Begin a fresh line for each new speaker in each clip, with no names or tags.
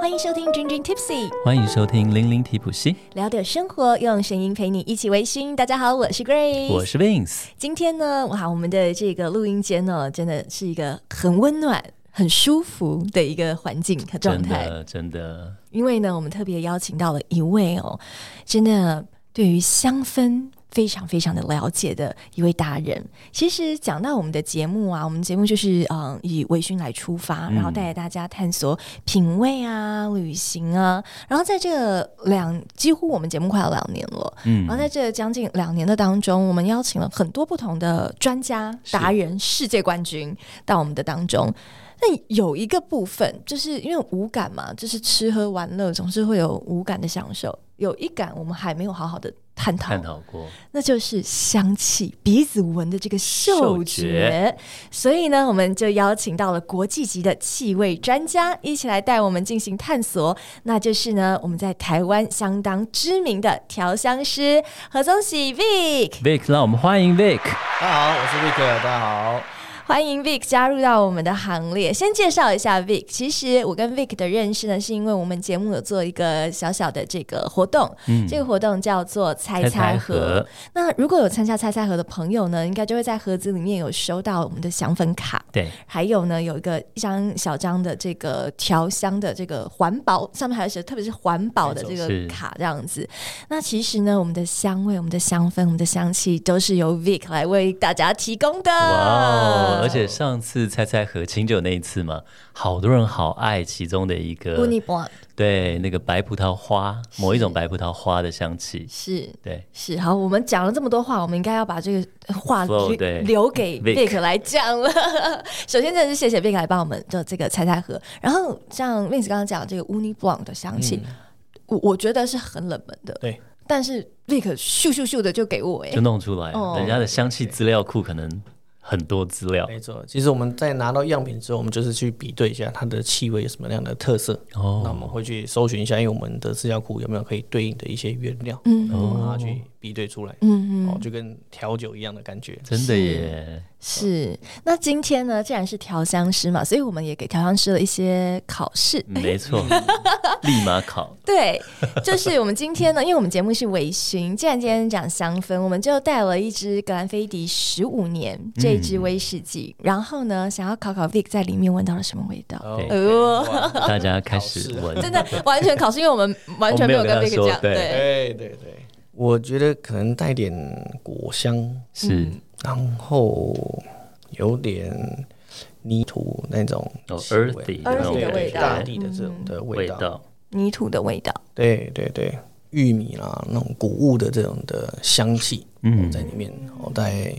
欢迎收听《君君 Tipsy》，
欢迎收听《零零提普西》，
聊点生活，用声音陪你一起微醺。大家好，我是 Grace，
我是 Vince。
今天呢，哇，我们的这个录音间呢，真的是一个很温暖、很舒服的一个环境和状
真
态。
的，真的，
因为呢，我们特别邀请到了一位哦，真的对于香氛。非常非常的了解的一位达人。其实讲到我们的节目啊，我们节目就是嗯以微醺来出发，然后带着大家探索品味啊、旅行啊。然后在这两几乎我们节目快要两年了，
嗯
然后在这将近两年的当中，我们邀请了很多不同的专家、达人、世界冠军到我们的当中。那有一个部分，就是因为五感嘛，就是吃喝玩乐总是会有五感的享受，有一感我们还没有好好的探讨，
探讨过，
那就是香气，鼻子闻的这个嗅觉。
嗅觉
所以呢，我们就邀请到了国际级的气味专家，一起来带我们进行探索。那就是呢，我们在台湾相当知名的调香师何宗喜 Vic，
Vic，让我们欢迎 Vic。
大家好，我是 Vic，大家好。
欢迎 Vic 加入到我们的行列。先介绍一下 Vic，其实我跟 Vic 的认识呢，是因为我们节目有做一个小小的这个活动，这个活动叫做猜猜盒。那如果有参加猜猜盒的朋友呢，应该就会在盒子里面有收到我们的香氛卡，
对，
还有呢有一个一张小张的这个调香的这个环保，上面还有写，特别是环保的这个
是
卡这样子。那其实呢，我们的香味、我们的香氛、我们的香气都是由 Vic 来为大家提供的。
哇哦！而且上次猜猜和清酒那一次嘛，好多人好爱其中的一个
Uni，Blonde
对，那个白葡萄花，某一种白葡萄花的香气，
是
对，
是好，我们讲了这么多话，我们应该要把这个话
Flow，
留
对
留给
Vic
Vic 来讲了。 首先，真的是谢谢 Vic 来帮我们做这个猜猜盒。然后，像 Vince 刚刚讲这个 Uni Blanc 的香气，
嗯
我我觉得是很冷门的，
对。
但是 Vic 咻咻咻的就给我哎、
就弄出来了。
哦
人家的香气资料库可能很多资料
没错，其实我们在拿到样品之后，我们就是去比对一下它的气味有什么样的特色。那我
哦，
们会去搜寻一下，因为我们的资料库有没有可以对应的一些原料，
嗯
然后把它去比对出来。
嗯嗯，
哦，就跟调酒一样的感觉。
真的耶，
是。那今天呢，既然是调香师嘛，所以我们也给调香师了一些考试。
没错，立马考。
对，就是我们今天呢，因为我们节目是微醺，既然今天讲香氛，我们就带了一支格兰菲迪十五年这一支威士忌，然后呢，想要考考 Vic 在里面闻到了什么味道。
哦
对
哦
哇
大家开始
考试
闻，
真的完全考试，因为我们完全没有跟
我没有跟他
Vic
说
讲，
对
对，
对对对，我觉得可能带点果香，
是
然后有点泥土那种
哦
气味
earthy
的那种
对
感
对
觉
大地的这种的
味
味道。
道。
泥土的味道。
对对对，玉米啦，那种谷物的这种的香气，
嗯
嗯，在里面，哦，在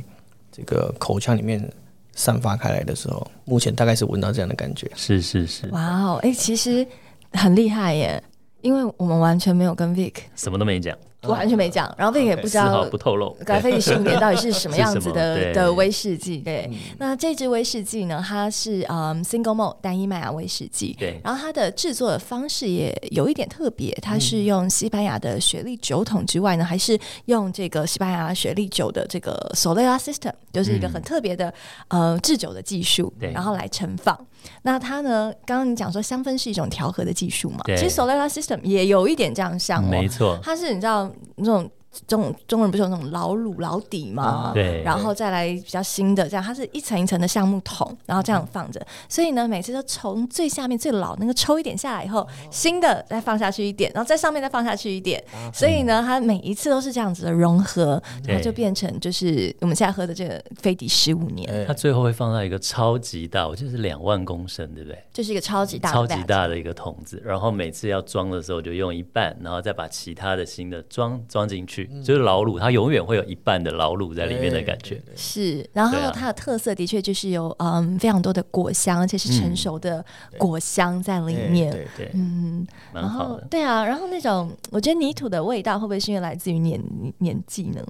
这个口腔里面散发开来的时候，目前大概是闻到这样的感觉。
是是是，
哇哦，哎，其实很厉害耶，因为我们完全没有跟 Vic，
什么都没讲，
完全没讲，然后 Vic 也不知
丝毫
道
不透露。
格兰菲迪十五年到底是什么样子
是什
的
么对嗯
的威士忌？对，那这支威士忌呢，它是嗯 single malt 单一麦芽威士忌，
对
然后它的制作的方式也有一点特别，它是
嗯
用西班牙的雪莉酒桶之外呢，还是用这个西班牙雪莉酒的这个 Solera system，就是一个很特别的、呃制酒的技术
嗯对，
然后来盛放。那它呢，刚刚你讲说香氛是一种调和的技术嘛，
对
其实 Solera system 也有一点这样像哦，
没错，
它是你知道那种中中文不是有那种老卤老底
啊
吗？
对
然后再来比较新的这样，它是一层一层的橡木桶，然后这样放着。所以呢，每次都从最下面最老那个抽一点下来以
哦
后，新的再放下去一点，然后在上面再放下去一点。
啊
所以呢，它每一次都是这样子的融合，
对
嗯
然后就变成就是我们现在喝的这个飞迪十五年，
哎
它最后会放到一个超级大，我记得是两万公升，对不对？
就是一个超级大的
超级
batch
大的一个桶子，然后每次要装的时候就用一半，然后再把其他的新的装装进去，
嗯
就是老卤，它永远会有一半的老卤在里面的感觉。
是，然后
对啊
它的特色的确就是有嗯非常多的果香，而且是成熟的果香在里
嗯对
面。
对
对，
嗯，
蛮
然
好
后
的。
对啊，然后那种我觉得泥土的味道会不会是因为来自于年年纪呢？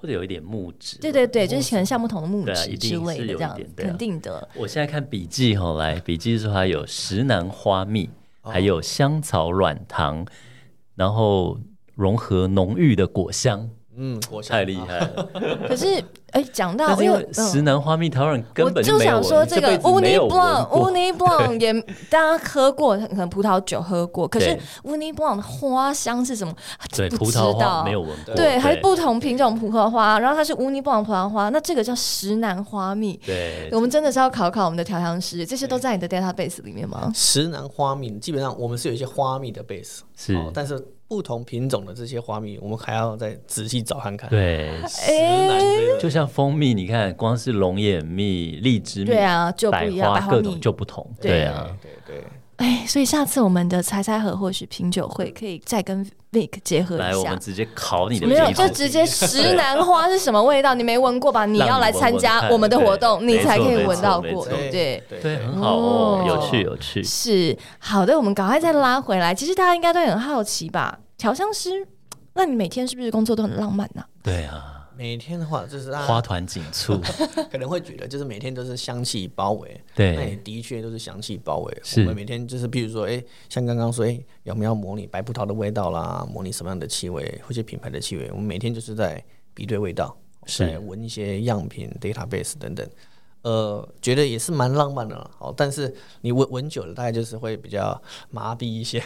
或者有一点木质。
对对对，就是可能橡木桶的木
对啊
质
一
之
定
类
是
的
有
这
一
样
点，对啊
肯定的。
我现在看笔记哈、来笔记说还有石楠花蜜，还有香草软糖，然后融合浓郁的果香，
嗯，果香
太厉害 了。
可是，哎，讲到
但是因
因
为
为嗯
石南花蜜桃让人
我
根本
就
没有
想
闻，
说，这个
辈子没
Uni
有闻
Blanc
过。
Uni Blanc 也大家喝过，可能葡萄酒喝过，可是
对哦
Uni Blanc 的花香是什么？
对，
不
葡
知
萄
道
花没有闻过，
对，还是不同品种葡萄花，然后它是乌尼布朗葡萄花，那这个叫石南花蜜。
对
我们真的是要考考我们的调香师，这些都在你的 database 里面吗？
石南花蜜，基本上我们是有一些花蜜的 base，
是
哦但是不同品种的这些花蜜，我们还要再仔细找看看。，
对，
哎
石南这个
就像蜂蜜，你看光是龙眼蜜、荔枝蜜，
对啊，就不
百
一样，百
花
花
各
蜜
种。就不同，
对
对啊，
对对，
哎，所以下次我们的猜猜盒或许品酒会可以再跟 Vic 结合
来，
一
我
下
们。直接考你的
没有，
皮
就
肤，
直 接石南花是什么味道？你没闻过吧？你
让
要
你
来
闻
参
闻
加
看
我们的
对
活动，你
没
才
错
可以
没
闻
错
到
没
过。
错
对
对
对，很好哦
哦，
有趣有趣。
是好的，我们赶快再拉回来。其实大家应该都很好奇吧？调香师，那你每天是不是工作都很浪漫呢、
对啊，
每天的话就是大
花
家
团锦簇，
可能会觉得就是每天都是香气包围，那也
对
的确都是香气包围。
哎是
我们每天就是，比如说，哎、像刚刚说，哎、有没有模拟白葡萄的味道啦，模拟什么样的气味，或者品牌的气味？我们每天就是在比对味道，
是
在闻一些样品、database 等等。呃，觉得也是蛮浪漫的啦，哦，但是你闻闻久了，大概就是会比较麻痹一些。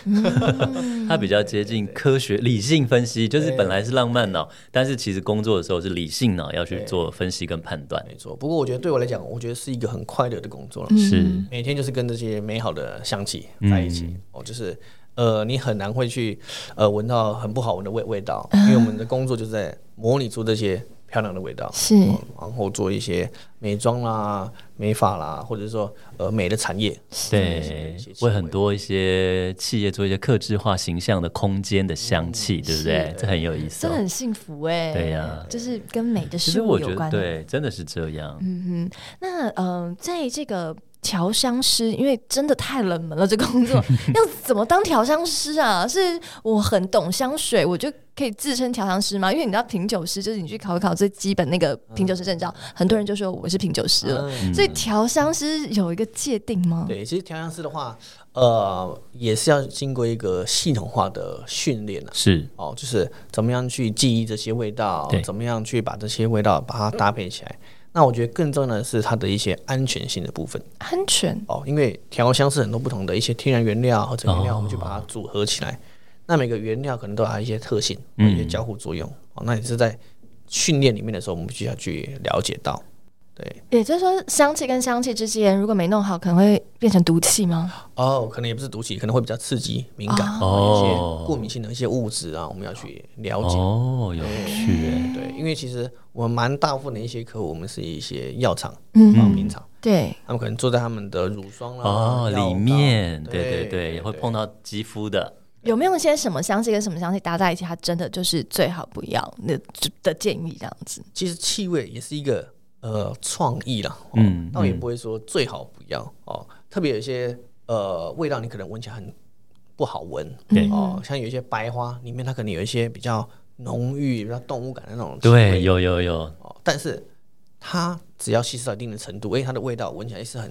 它比较接近科学理性分析，就是本来是浪漫脑，但是其实工作的时候是理性脑要去做分析跟判断，
没错，不过我觉得对我来讲，我觉得是一个很快乐的工作了。
是
每天就是跟这些美好的香气在一起、哦，就是呃，你很难会去呃闻到很不好闻的味味道，因为我们的工作就是在模拟出这些漂亮的味道，
是
哦然后做一些美妆啦、美发啦，或者说呃美的产业，
对，为很多一些企业做一些克制化形象的空间的香气，对不对？这很有意思
真的
哦。
很幸福哎、
对呀
就是跟美的
其
事
实
物
我觉
有关。
得，对，真的是这样。
嗯哼，那嗯、呃在这个调香师，因为真的太冷门了，这工作要怎么当调香师啊？是我很懂香水，我就可以自称调香师吗？因为你知道品酒师就是你去考一考最基本那个品酒师证照，很多人就说我是品酒师了。所以调香师有一个界定吗？
对，其实调香师的话，呃，也是要经过一个系统化的训练啊。
是
哦，就是怎么样去记忆这些味道
对，
怎么样去把这些味道把它搭配起来。那我觉得更重要的是它的一些安全性的部分
安全
哦，因为调香是很多不同的一些天然原料或者原料，
哦
我们去把它组合起来。那每个原料可能都有它一些特性，有
嗯
一些交互作用。哦，那也是在训练里面的时候，我们必须要去了解到。对，
也就是说，香气跟香气之间如果没弄好，可能会变成毒气吗？
哦，可能也不是毒气，可能会比较刺激、敏感，
哦
一些过敏性的一些物质啊，我们要去了解。
哦，有趣哎，
对，因为其实我们蛮大部分的一些客户，我们是一些药厂、
嗯
化品厂，
对，
他们可能坐在他们的乳霜啦、
哦，
药膏
里面，对
对
对对，也会碰到肌肤的，
有没有一些什么香气跟什么香气搭在一起，它真的就是最好不要那的建议这样子？
其实气味也是一个呃创意啦，哦、
嗯
倒也不会说最好不要哦。特别有一些呃味道，你可能闻起来很不好闻，
对
哦，像有一些白花里面它可能有一些比较浓郁、比较动物感的那种气味
对，有有有，
哦，但是它只要稀释到一定的程度，哎，它的味道闻起来是很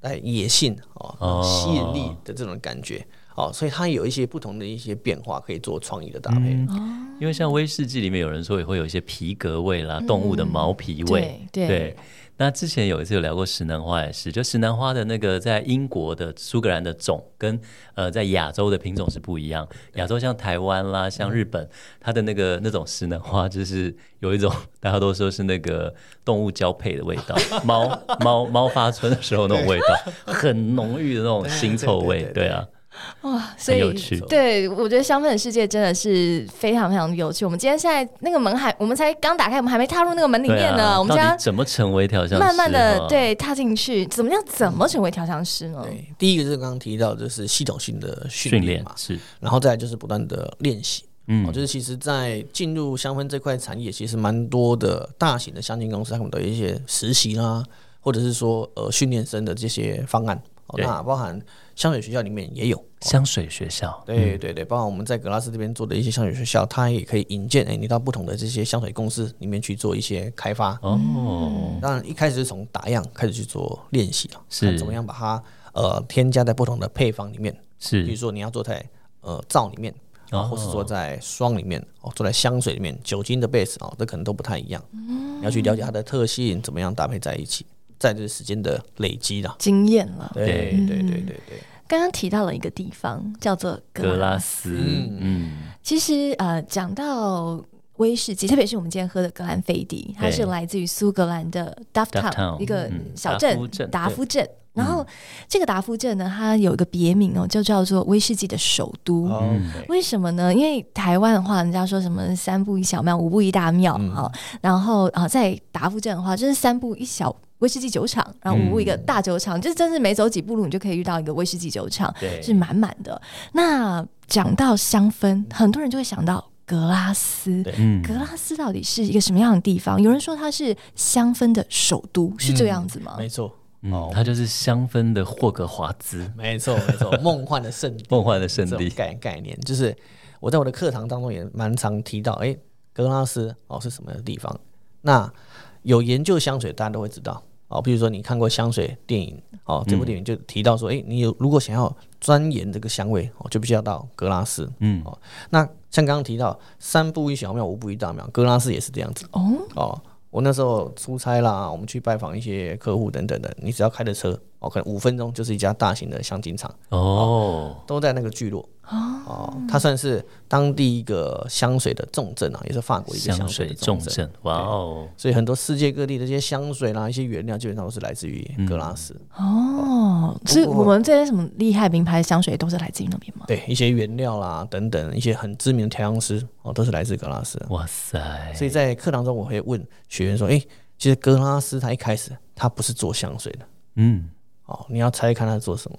带野性哦、
哦
吸引力的这种感觉哦，所以它有一些不同的一些变化，可以做创意的搭配。
嗯因为像威士忌里面有人说也会有一些皮革味啦，动物的毛皮味，
嗯对对
那之前有一次有聊过石南花也是，就石南花的那个在英国的苏格兰的种跟呃在亚洲的品种是不一样，亚洲像台湾
嗯
啦，像日本，它的那个那种石南花就是有一种大家都说是那个动物交配的味 道，猫猫猫发春的时候那种味道，很浓郁的那种腥臭味，对啊，
哇，所
很有
以
趣。
对我觉得香氛的世界真的是非常非常有趣。我们今天现在那个门还，我们才刚打开，我们还没踏入那个门里
对
面呢，
啊，
我们
到
将
底怎么成为调香师？
慢慢的
哈，
对踏进去，怎么样怎么成为调香师
嗯
呢？
对，第一个就是刚刚提到，就是系统性的训
训
练
练
嘛，
是
然后再来就是不断的练习。
嗯
哦，就是其实，在进入香氛这块产业，其实蛮多的大型的香精公司，他们都有一些实习啦，或者是说呃训练生的这些方案。哦，
对
那包含香水学校里面也有。
香水学校，
对对对，包括我们在格拉斯这边做的一些香水学校，它也可以引荐哎你到不同的这些香水公司里面去做一些开发。
哦，
当然一开始是从打样开始去做练习了，
是
看怎么样把它呃添加在不同的配方里面。比如
是哦
说你要做在呃皂里面，啊，或是说在霜里面哦，做在香水里面，酒精的 base 哦，这可能都不太一样。你要去了解它的特性，怎么样搭配在一起，在这时间的累积啦。
经验了。
对
对
对对对对，
刚刚提到了一个地方叫做
格
格
拉
拉
斯，
嗯
嗯，
其实呃，讲到威士忌，特别是我们今天喝的格兰菲迪，它
对
是来自于苏格兰的 Duff
Dufftown，
Town 一个
嗯
小
达夫镇
镇，达夫镇。然后这个达夫镇呢，它有一个别名哦，就叫做威士忌的首都。
哦
为什么呢？因为台湾的话，人家说什么三步一小庙，五步一大庙
嗯
好，然后啊，在达夫镇的话，就是三步一小威士忌酒厂，然后五步一个大酒厂，就是真是每走几步路，你就可以遇到一个威士忌酒厂，
对，
是满满的。那讲到香氛，很多人就会想到格拉斯。
对
嗯，
格拉斯到底是一个什么样的地方？有人说它是香氛的首都，是这样子吗？
没错，
嗯，它就是香氛的霍格华兹，
没错，没错，梦幻的圣地，
梦幻的圣
这种
地，
概概念，就是我在我的课堂当中也蛮常提到，哎、格拉斯哦是什么样的地方？那有研究香水，大家都会知道哦。比如说你看过香水电影哦，这部电影就提到说，哎、你有如果想要钻研这个香味哦，就必须要到格拉斯。
嗯
哦，那像刚刚提到三步一小庙，五步一大庙，格拉斯也是这样子
哦，
哦。我那时候出差啦，我们去拜访一些客户等等的，你只要开着车哦，可能五分钟就是一家大型的香精厂。
哦，
都在那个聚落哦，它算是当地一个香水的重镇啊，也是法国一个
香
水
水
的
重
镇。
镇，哇哦，
所以很多世界各地的这些香水啦、一些原料，基本上都是来自于格拉斯。
哦，所以
不过
我们这些什么厉害名牌香水都是来自于那边吗？
对，一些原料啦等等，一些很知名的调香师哦，都是来自格拉斯。
哇塞，
所以在课堂中，我会问学员说：“诶，其实格拉斯它一开始它不是做香水的
嗯，
哦，你要猜看它做什么？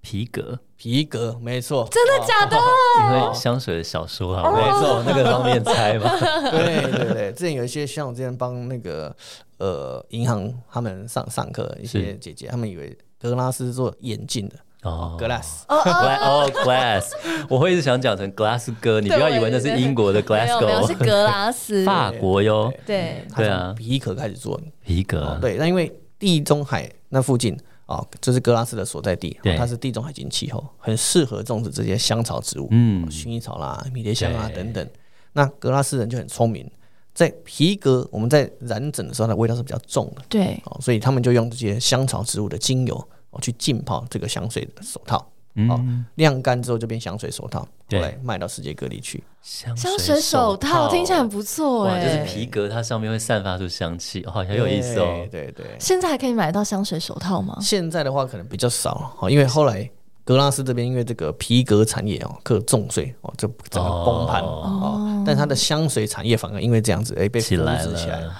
皮革，
皮革，没错，
真的假的？
因为香水的小说啊，
没
我
错，
那个方面猜吧，
对对对，之前有一些像我之前帮那个呃银行他们上上课，一些姐姐她们以为格拉斯是做眼镜的
哦
格拉斯，
Gla- 哦，glass，我会一直想讲成 glass 哥，你不要以为那是英国的
没有没有，是
Glasgow，
格拉斯。
法国哟，
对，
她
对啊
从皮壳开始做的。
皮
哦
革，
对，那因为地中海那附近哦，就是格拉斯的所在地，哦
对
它是地中海型气候，很适合种植这些香草植物，
嗯
哦薰衣草啦、迷迭香啊
对
等等。那格拉斯人就很聪明，在皮革我们在染整的时候，它的味道是比较重的。
对，
哦，所以他们就用这些香草植物的精油哦去浸泡这个香水的手套，
嗯
哦，晾干之后就变香水手套，后
对
来卖到世界各地去。
香
香水手套听起来很不错
哇，
哎、
就是皮革，它上面会散发出香气，哦，很有意思哦，
对对对，
现在还可以买到香水手套吗？
现在的话可能比较少了哦，因为后来。格拉斯这边因为这个皮革产业哦，课重税哦，就整个崩盘哦。但它的香水产业反而因为这样子，哎、被扶
起
持
来
起来
了。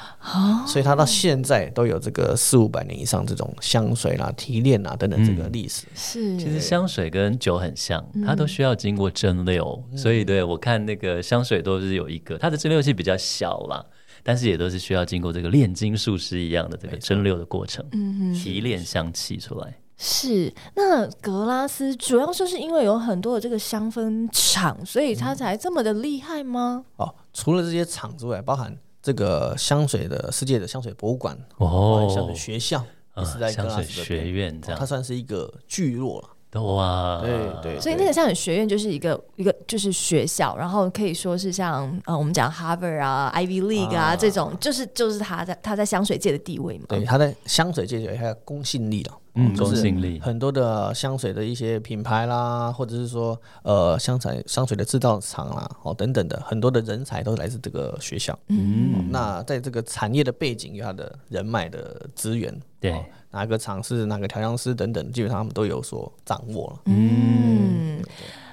所以它到现在都有这个四五百年以上这种香水啦、提炼啦等等这个历史。
是，
其实香水跟酒很像，
嗯
它都需要经过蒸馏，所以对我看那个香水都是有一个，它的蒸馏器比较小啦，但是也都是需要经过这个炼金术师一样的这个蒸馏的过程，
嗯
嗯
提炼香气出来。
是。那格拉斯主要就是因为有很多的这个香氛厂，所以
嗯
它才这么的厉害吗？
哦，除了这些厂之外，包含这个香水的世界的香水博物馆，包含香
哦
水，学校也
呃
是在格
香
拉
水
斯这边
学院这
哦它
样，啊
算是一个聚落了。
哇，
对啊对，
所以那个香水学院就是一个一个就是学校，然后可以说是像呃我们讲 Harvard 啊、Ivy League 啊
啊
这种，就是就是它在它在香水界的地位嘛。
对它在香水界有它的公信力了。
嗯，
就
公
是
信力，
很多的香水的一些品牌啦，或者是说呃香水香水的制造厂啦，哦等等的，很多的人才都来自这个学校。哦
嗯，
那在这个产业的背景有它的人脉的资源，
对
哦哪个厂是哪个调香师等等，基本上他们都有所掌握了。
嗯，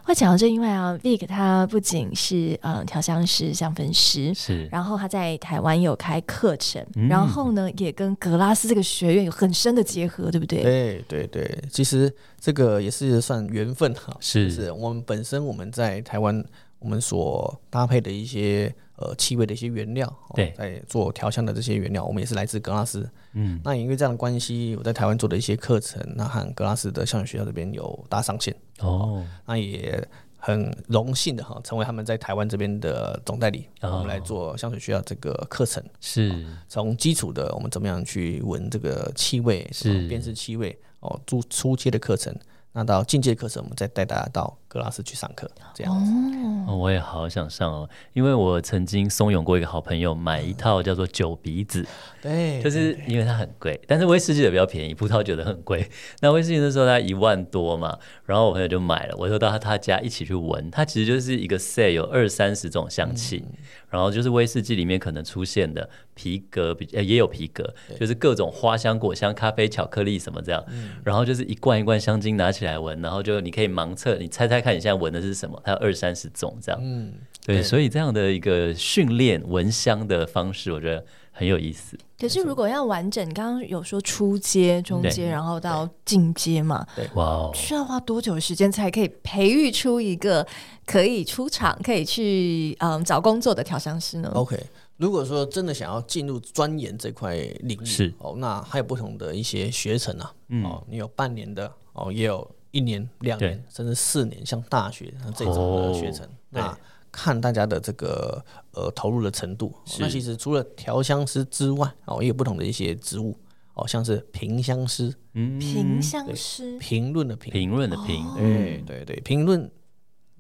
会讲到这，因为啊，Vic 他不仅是呃调香师、香氛师，
是
然后他在台湾有开课程，
嗯
然后呢也跟格拉斯这个学院有很深的结合，对不对？
对对对，其实这个也是算缘分哈，
是
就是我们本身我们在台湾我们所搭配的一些呃气味的一些原料，哦
对
在做调香的这些原料，我们也是来自格拉斯。
嗯，
那也因为这样的关系，我在台湾做的一些课程，那和格拉斯的香水学校这边有搭上线，
哦，
那也很荣幸的哈，成为他们在台湾这边的总代理，
哦
我们来做香水学校这个课程。
是
从基础的我们怎么样去闻这个气味，哦
是
怎么辨识气味哦，初初阶的课程，那到进阶课程，我们再带大家到格格拉斯去上课，这样子。
哦我也好想上哦，因为我曾经怂恿过一个好朋友买一套叫做酒鼻子，
对，
就是因为它很贵，但是威士忌的比较便宜，葡萄酒的很贵。 那威士忌那时候它一万多嘛，然后我朋友就买了，我就到他他家一起去闻，它其实就是一个 set 有二三十种香气，
嗯
然后就是威士忌里面可能出现的皮革比呃也有皮革，就是各种花香、果香、咖啡、巧克力什么这样，
嗯
然后就是一罐一罐香精拿起来闻，然后就你可以盲测，你猜猜看你现在闻的是什么，它有二三十种这样，
嗯，
对，
对
所以这样的一个训练闻香的方式，我觉得很有意思。
可是如果要完整，刚刚有说初阶、中阶，
对
然后到进阶嘛，
哇哦！
需要花多久的时间才可以培育出一个可以出场、可以去嗯找工作的调香师
嗯哦
呢？
OK，如果说真的想要进入钻研这块领域，
是嗯
哦，那还有不同的一些学程啊，哦，你有半年的，哦，也有一年、两年
对，哦
甚至四年，像大学像这种的学程，那看大家的这个呃投入的程度。哦那其实除了调香师之外，哦，也有不同的一些职务，哦，像是评香师，
评香师
评论的
嗯
评，哎
评嗯论的评，
对对对，评论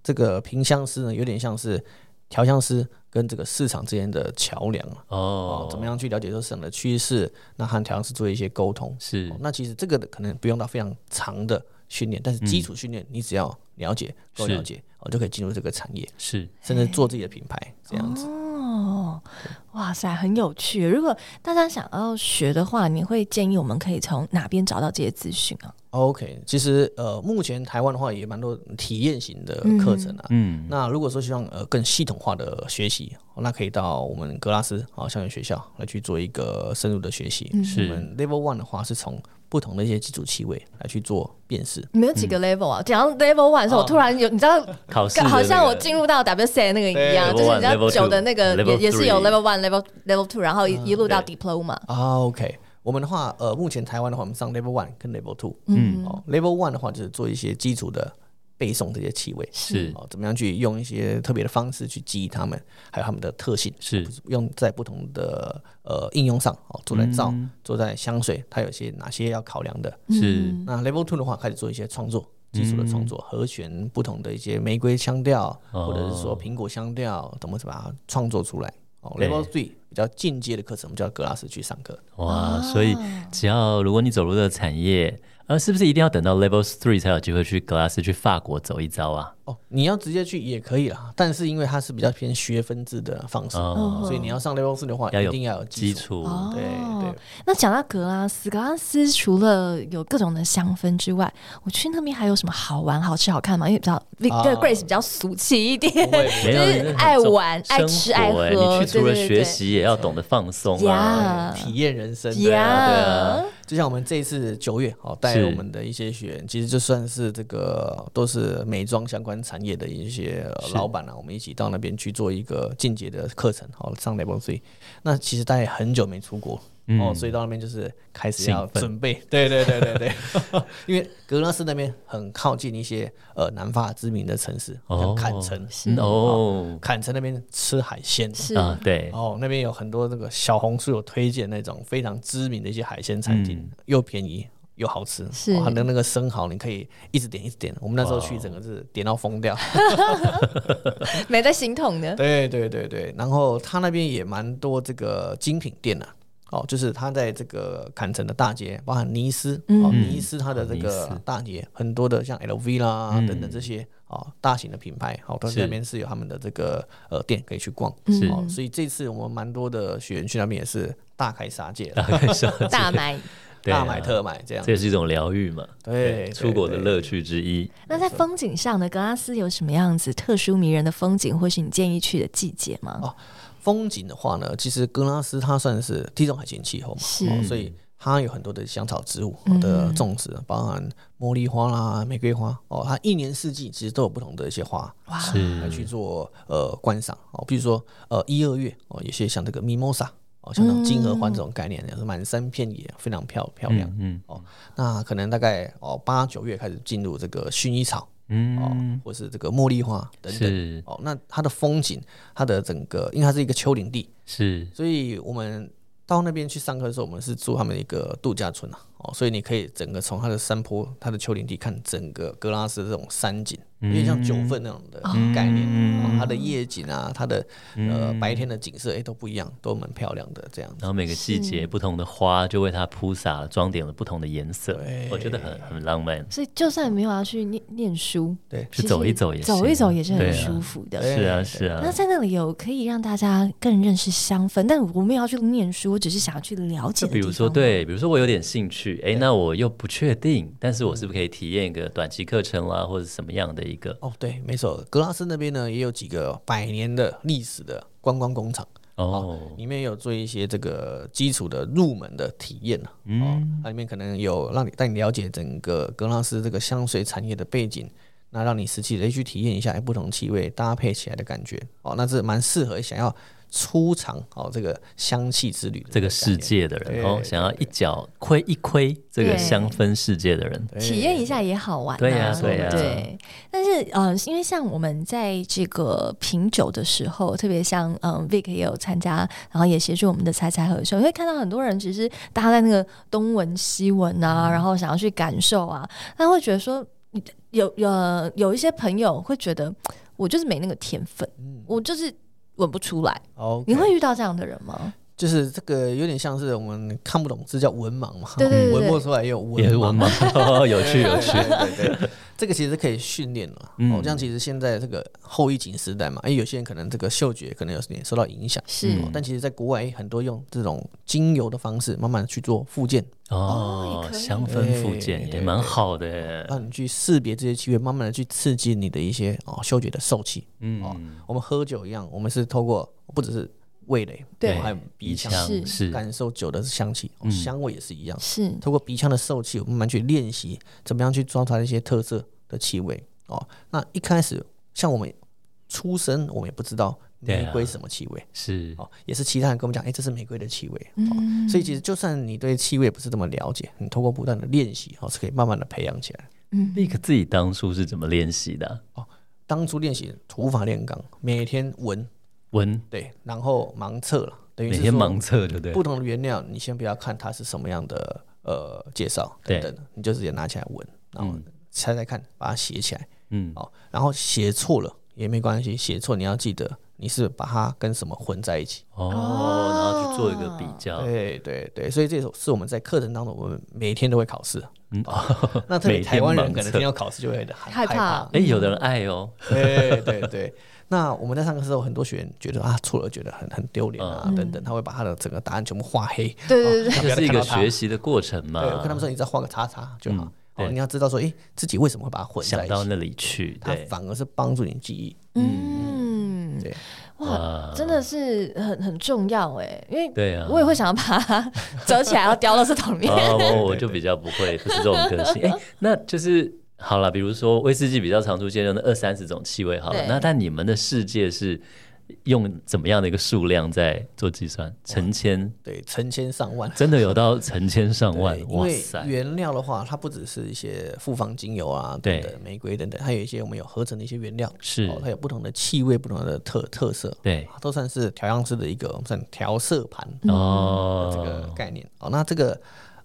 这个评香师呢，有点像是调香师跟这个市场之间的桥梁啊。哦
哦，，
怎么样去了解这市场的趋势？那和调香师做一些沟通。
是
哦那其实这个可能不用到非常长的训练，但是基础训练你只要了解、够
嗯是哎
了解，哦，就可以进入这个产业，
是
甚至做自己的品牌这样子。
哦，哇塞，很有趣。如果大家想要学的话，你会建议我们可以从哪边找到这些资讯啊？
OK，其实呃，目前台湾的话也蛮多体验型的课程啊。
嗯
那如果说希望呃更系统化的学习，哦那可以到我们格拉斯啊、哦、校园学校来去做一个深入的学习。
嗯是
我们 Level One 的话是从不同的一些基础气味来去做辨识。
嗯
你们有几个 level 啊？讲到 level one 的时候，
哦
我突然有，你知道，
考试的那个
好像我进入到 WCA 那个一样，就
对
是你知道
level one，level
酒的那个也
two，level
也是有
three 嗯
level one、level level two，然后一一路到 diploma。
啊，OK，我们的话，呃，目前台湾的话，我们上 Level One 跟 Level Two，嗯，哦，Level One 的话就是做一些基础的背诵这些气味，
是
嗯
哦，怎么样去用一些特别的方式去记忆它们，还有它们的特性，
是
用在不同的呃应用上，哦，做在皂，做在香水，它有些哪些要考量的。
是
嗯
那 Level Two 的话，开始做一些创作。
嗯
基础的创作，和弦不同的一些玫瑰香调，
哦
或者是说苹果香调，怎么怎么把它创作出来。哦
对
，Level Three 比较进阶的课程，我们叫格拉斯去上课。
啊
哇，所以只要如果你走入了产业，呃，是不是一定要等到 Level Three 才有机会去格拉斯去法国走一遭啊？
哦，你要直接去也可以啦，但是因为它是比较偏学分制的方式，
哦
所以你要上 level 四的话，
要有
一定要有
基
基
础
础。
哦
对对，
那讲到格拉斯，格拉斯除了有各种的香氛之外，我去那边还有什么好玩、好吃、好看吗？因为比较 Vic-
啊
对 Grace 比较俗气一点，
不会
就
没有
是
那很
爱
重
玩爱吃
生活
爱
欸
喝
你去除
对
了
对对
学习，也要懂得放松啊。
呀
呃体验人生。对啊对
呀
啊，就像我们这一次九月哦，带
是
我们的一些学员，其实就算是这个都是美妆相关产业的一些呃
是
老板啊，我们一起到那边去做一个进阶的课程，好上 level three。那其实大家也很久没出国。哦，所以到那边就是开始要
嗯兴奋
准备， 对对对对对，因为格拉斯那边很靠近一些呃南法知名的城市，
哦
像坎城，
嗯哦
坎城那边吃海鲜，
是
啊，对，
哦，那边有很多这个小红书有推荐那种非常知名的一些海鲜餐厅，又便宜又好吃。
是
哦它的那个生蚝，你可以一直点一直点。我们那时候去，整个是点到疯掉。
没在心痛的。
对对对对，然后它那边也蛮多这个精品店啊。哦，就是它在这个坎城的大街，包含尼斯，哦，尼斯它的这
哦尼
个
斯嗯
大街，很多的像 LV 啦、等等这些哦，大型的品牌，哦，都在
是
那边是有他们的这个呃店可以去逛。
是
哦，所以这次我们蛮多的学员去那边也是大开杀戒了，
是啊
大买。
对啊
大买特买这样
这。也是一种疗愈嘛，
对，
出国的
乐。
乐趣之一。
那在风景上呢，格拉斯有什么样子特殊迷人的风景，或是你建议去的季节吗？
哦
风景的话呢，其实格拉斯它算是地中海型气候嘛，
是
哦，
嗯
所以它有很多的香草植物的种植，包含茉莉花啦、玫瑰花哦，它一年四季其实都有不同的一些花
哇，
来去做
嗯
呃观赏哦，比如说呃一二月哦，有些像这个 mimosa 哦，像那种金合欢这种概念，也是满山遍野，非常漂漂亮。
嗯
哦，那可能大概哦八九月开始进入这个薰衣草哦，
嗯，
或是这个茉莉花等等
是
哦。那它的风景，它的整个，因为它是一个丘陵地，
是
所以我们到那边去上课的时候，我们是住他们一个度假村啊哦，所以你可以整个从它的山坡、它的丘陵地看整个格拉斯的这种山景有点像九份那种的概念，哦它的夜景啊，它的呃白天的景色，哎，都不一样，都蛮漂亮的这样子。
然后每个季节不同的花就为它铺洒了，装点了不同的颜色，我觉得很很浪漫。
所以就算没有要去念念书，
对，
去
其实
走一走也
走一
行
走也是
对
很
啊
舒服的。
对
是啊，是啊
那。在那里有可以让大家更认识香氛，但我没有要去念书，我只是想要去了解
就
的
比
地
如说，
方
对，比如说我有点兴趣，哎，那我又不确定，但是
嗯
我是不是可以体验一个短期课程啦，或者什么样的一个？
哦，对，没错，格拉斯那边呢也有几个百年的历史的观光工厂，
哦，
里面有做一些这个基础的入门的体验啊。
嗯
哦，它里面可能有让你带你了解整个格拉斯这个香水产业的背景，那让你实际的去体验一下哎不同气味搭配起来的感觉。哦，那是蛮适合想要出场哦这个香气之旅的
这个
概
世
念。
界的
对
人哦，
对
想要一脚窥一窥这个
对
香氛世界的人，
体验一下也好玩、啊，
对呀
对
对呀
但是呃，因为像我们在这个品酒的时候，特别像嗯、呃 Vic 也有参加，然后也协助我们的猜猜和秀，你会看到很多人其实大家在那个东闻西闻
嗯
啊，然后想要去感受啊，他会觉得说有有有一些朋友会觉得我就是没那个天分，
嗯
我就是闻不出来。
哦，
你会遇到这样的人吗？
就是这个有点像是我们看不懂，这叫文盲嘛？
对对对对
闻不出来也有文
也是
盲
文。盲， 有趣 有趣。
对对对，这个其实可以训练了。
嗯
哦，像其实现在这个后疫情时代嘛，哎，有些人可能这个嗅觉可能有点受到影响，
是、
嗯
但其实在国外哎很多用这种精油的方式慢慢去做复健，
哦
哦
也，可以
香氛附件也
对对
蛮
对哦
好的耶，
让你去识别这些气味，慢慢的去刺激你的一些哦嗅觉的受气。
嗯，
我们喝酒一样，我们是透过不只是味蕾，
对
还有鼻
鼻嗯
腔
是
是
感受酒的香气，哦香味也是一样。
是，
透过鼻腔的受气，我们慢慢去练习怎么样去抓它一些特色的气味哦。那一开始像我们出生，我们也不知道
对啊
玫瑰什么气味、
是
哦，也是其他人跟我们讲，哎、这是玫瑰的气味。
哦
嗯，
所以其实就算你对气味不是这么了解，你通过不断的练习哦，是可以慢慢的培养起来。
嗯
立刻自己当初是怎么练习的啊？
当初练习土法炼钢，每天闻
闻
对，然后盲测了，等于
每
是
天
说
盲测，对不对？
不同的原料，你先不要看它是什么样的呃介绍
对
等等的，你就直接拿起来闻，然后猜猜看，把它写起来。
嗯，
哦，然后写错了也没关系，写错你要记得你是把它跟什么混在一起。
哦，然后去做一个比较，
对对对，所以这首是我们在课程当中我们每天都会考试。哦
嗯，
那特 别
每天
台湾人
盲
可能
测
听到考试就会很害
害怕
哎，有的人爱哦，
对对对。那我们在上课的时候，很多学员觉得啊错了，觉得很很丢脸啊、等等，他会把他的整个答案全部画黑。
对对对，
他不
嗯 这
要再
是一
看
个
到它
学习的过程嘛
对，我，跟他们说，你只要画个叉叉就好
啊嗯。对
哦，你要知道说，哎，自己为什么会把它混在
想
一
到
起？
那里去，
它
对，
反而是帮助你记忆。
嗯，
对
啊
哇，真的是很很重要哎，因为
嗯对啊
我也会想要把它折起来，要丢到垃圾桶里 面。
啊，我我就比较不会，不是这种个 性。哎、那就是好了，比如说威士忌比较常出现的那二三十种气味，好了
对，
那但你们的世界是用怎么样的一个数量在做计算？成千，
对，成千上万。
真的有到成千上万
对，因
哇
为
塞！
原料的话，它不只是一些复方精油啊，
对
等等玫瑰等等，还有一些我们有合成的一些原料，
是
哦、它有不同的气味、不同的特特色，
对
啊都算是调香师的一个我们算调色盘
哦
的，嗯这个概念。哦，那这个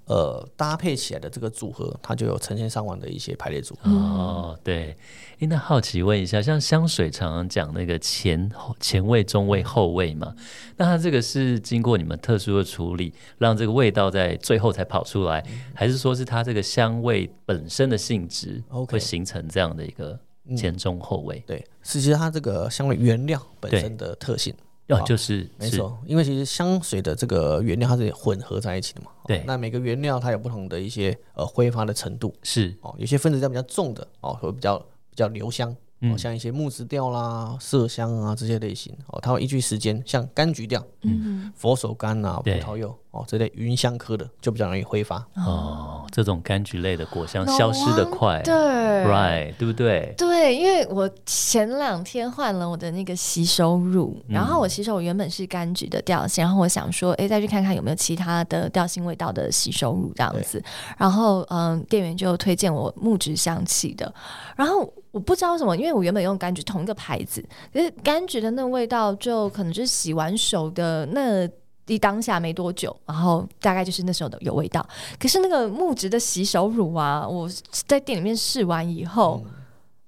呃搭配起来的这个组合，它就有成千上万的一些排列组合。
哦，对，诶，那好奇问一下，像香水常常讲那个前后前味、中味、后味嘛，那它这个是经过你们特殊的处理，让这个味道在最后才跑出来，
嗯
还是说是它这个香味本身的性质
OK
会形成这样的一个前中后味？
对，其实它这个香味原料本身的特性。
哦，就是
嗯没
是
错，因为其实香水的这个原料它是混合在一起的嘛。哦
对
那每个原料它有不同的一些呃挥发的程度
是
哦，有些分子量比较重的哦，会比较比较留香，
嗯
哦，像一些木质调啦、麝香啊这些类型哦，它会依据时间，像柑橘调、
嗯，
佛手柑啊、葡
对
萄柚哦这类芸香科的就比较容易挥发。
哦，这种柑橘类的果香
No
消失的快
wonder
，right，对不对？
对，因为我前两天换了我的那个吸收乳，
嗯
然后我吸收乳原本是柑橘的调性，然后我想说，哎，再去看看有没有其他的调性味道的吸收乳这样子。然后，嗯，店员就推荐我木质香气的，然后。我不知道为什么，因为我原本用柑橘同一个牌子，可是柑橘的那味道就可能就是洗完手的那一当下没多久，然后大概就是那时候的有味道。
嗯
可是那个木质的洗手乳啊，我在店里面试完以后，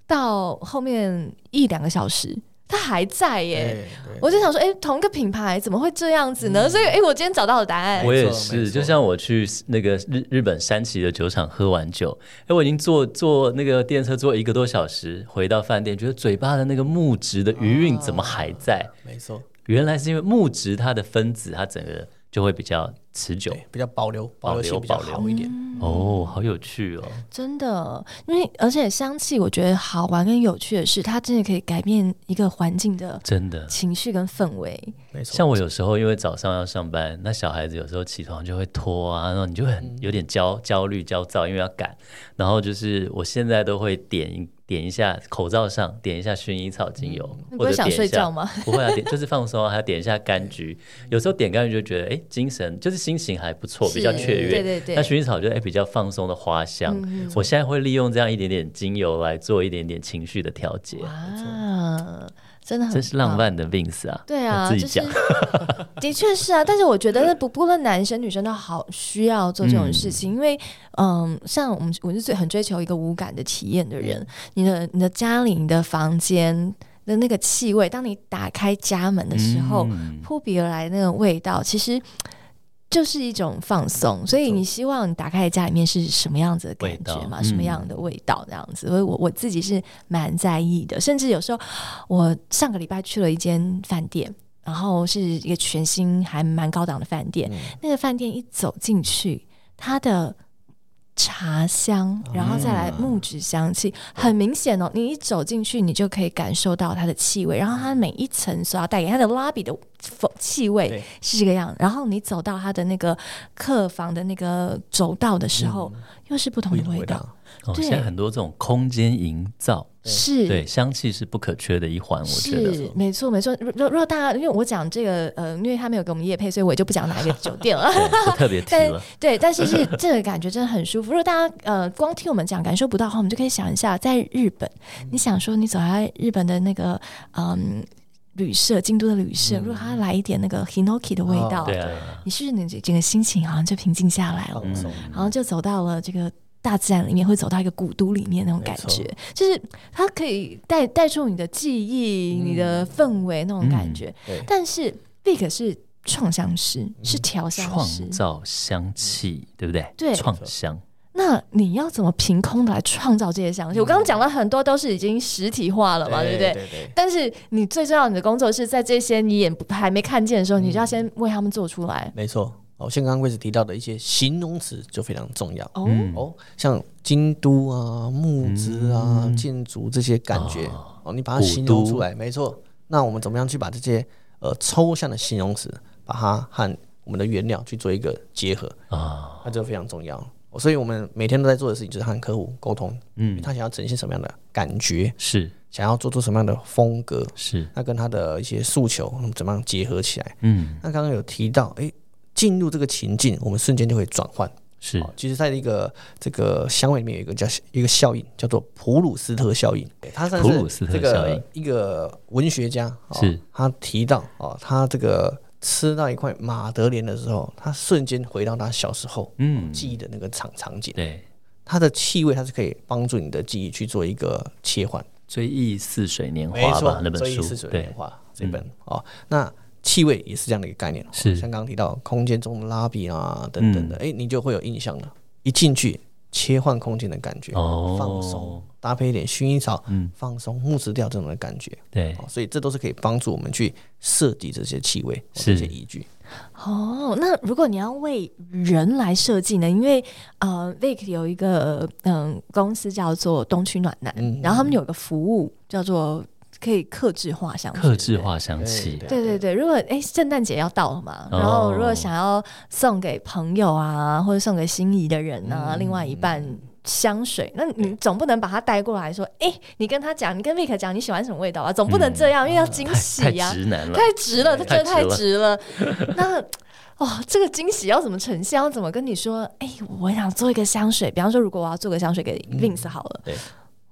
到后面一两个小时，它还在耶。
对对
我就想说，哎、同一个品牌怎么会这样子呢？所以，哎、我今天找到了答案。
嗯我也
没
是，
错
就像我去那个日日本山崎的酒厂喝完酒，哎，我已经坐坐那个电车坐一个多小时，回到饭店，觉得嘴巴的那个木质的余韵怎么还在？
没错，
原来是因为木质它的分子，它整个就会比较持久。
对，比较保留，
保
保留
留
性比较
保留
好一点。
嗯
哦，好有趣哦！
真的，因为而且香气，我觉得好玩跟有趣的是，它真的可以改变一个环境的
真的，
情绪跟氛围。
没错，
像我有时候因为早上要上班，那小孩子有时候起床就会拖啊，然后你就会
嗯
很有点焦焦虑、焦躁，因为要赶。然后就是我现在都会点一点一下口罩上点一下薰衣草精油，
嗯你不
或
会
者
想
点一
睡
下
觉吗？
不会啊，点就是放松啊，还点一下柑橘。有时候点柑橘就觉得哎、诶精神就是心情还不错，比较
是
雀跃。
对对对嗯
那薰衣草就哎、诶比较放松的花香。我现在会利用这样一点点精油来做一点点情绪的调节，
啊，真的很
真是浪
棒。
漫的 Vince 啊！
对
我
啊，
自
就
己
是
讲。
的确是啊，但是我觉得不不论男生女生都好需要做这种事情，因为嗯，像我们我是最很追求一个无感的体验的
嗯
人，你的你的家里、你的房间的那个气味，当你打开家门的时候，
嗯
扑鼻而来那个味道，其实。就是一种放松，所以你希望你打开家里面是什么样子的感觉
味
嘛？
道
什么样的味道这样子？所以我我自己是蛮在意的，甚至有时候我上个礼拜去了一间饭店，然后是一个全新还蛮高档的饭店，
嗯
那个饭店一走进去，它的。茶香，然后再来木质香气，很明显哦。你一走进去，你就可以感受到它的气味，然后它每一层所要带给它的拉比的风气味
对
是这个样。然后你走到它的那个客房的那个走道的时候，又是不同
不一
的
样的味
味道。
道，
哦，
对
现在很多这种空间营造，
是，
对，香气是不可缺的一环，我觉
是
得。
没错没错。如如若大家，因为我讲这个，呃，因为他没有给我们夜配，所以我也就不讲哪一个酒店了。
对，不特别提
但
了，
对，但是是这个感觉真的很舒服。如果大家呃光听我们讲感受不到的话，我们就可以想一下，在日本，
嗯
你想说你走在日本的那个嗯旅社，京都的旅社，如果它来一点那个 hinoki 的味
哦
道，
嗯对啊，嗯
你是不是你整个心情好像就平静下来了？
放松。
然后就走到了这个大自然里面，会走到一个古都里面那种感觉，就是它可以带带出你的记忆、你
嗯
的氛围那种感觉。
对
但是 Vic 是创香师，是调香
嗯创
师，
造香气，对不对？
对
创香，
那你要怎么凭空的来创造这些
嗯
香气？我刚刚讲了很多都是已经实体化了嘛，对不对？
对对，
但是你最重要你的工作是在这些你眼不还没看见的时
嗯
候，你就要先为他们做出来。
没错。哦，像刚刚贵子提到的一些形容词就非常重要。
哦，
嗯
哦，像京都啊、木质啊、建筑这些感觉，哦，你把它形容出来，没错。那我们怎么样去把这些呃抽象的形容词，把它和我们的原料去做一个结合
啊？
那这个非常重要。哦所以我们每天都在做的事情就是和客户沟通，嗯，他想要呈现什么样的感觉，
是
想要做出什么样的风格，
是，
那跟他的一些诉求，那么怎么样结合起来？
嗯，
那刚刚有提到，诶，进入这个情境，我们瞬间就会转换。
是
哦，其实在一个这个香味里面有一个叫一个效应，叫做普鲁斯特效应。诶它算
普鲁斯
是
特
这
效
个
应
一个文学家，哦
是
他提到哦，他这个吃到一块马德莲的时候，他瞬间回到他小时候
嗯
记忆的那个场场景，
对，
它的气味它是可以帮助你的记忆去做一个切换。
追忆似水年
没
华吧
错，，
那本
所以
书
是水
对
年，华这本哦，那气味也是这样的一个概念，哦
是
像刚刚提到空间中的拉比啊等等
嗯
的，哎、你就会有印象了。一进去切换空间的感觉，
哦嗯
放松，搭配一点薰衣草，放松木质调这种的感觉。
对
哦，所以这都是可以帮助我们去设计这些气味、哦、
是
这些依据。
哦，那如果你要为人来设计呢？因为呃，Vic 有一个嗯公司叫做东区暖男，
嗯
然后他们有个服务叫做可以克制化香水，
克制化香
对
气，
对
对不对。对对哦对，如果哎，圣诞节要到了嘛，然后如果想要送给朋友啊，或者送给心仪的人啊，另外一半香水，那你总不能把他带过来说，哎，你跟他讲，你跟 Vic 讲你喜欢什么味道啊，总不能这样，因为要惊喜
太
呀、
直男了，
太直了，他真的太
太
直了。那哦，这个惊喜要怎么呈现？要怎么跟你说？哎、我想做一个香水，比方说，如果我要做个香水给 Vince 好了，
对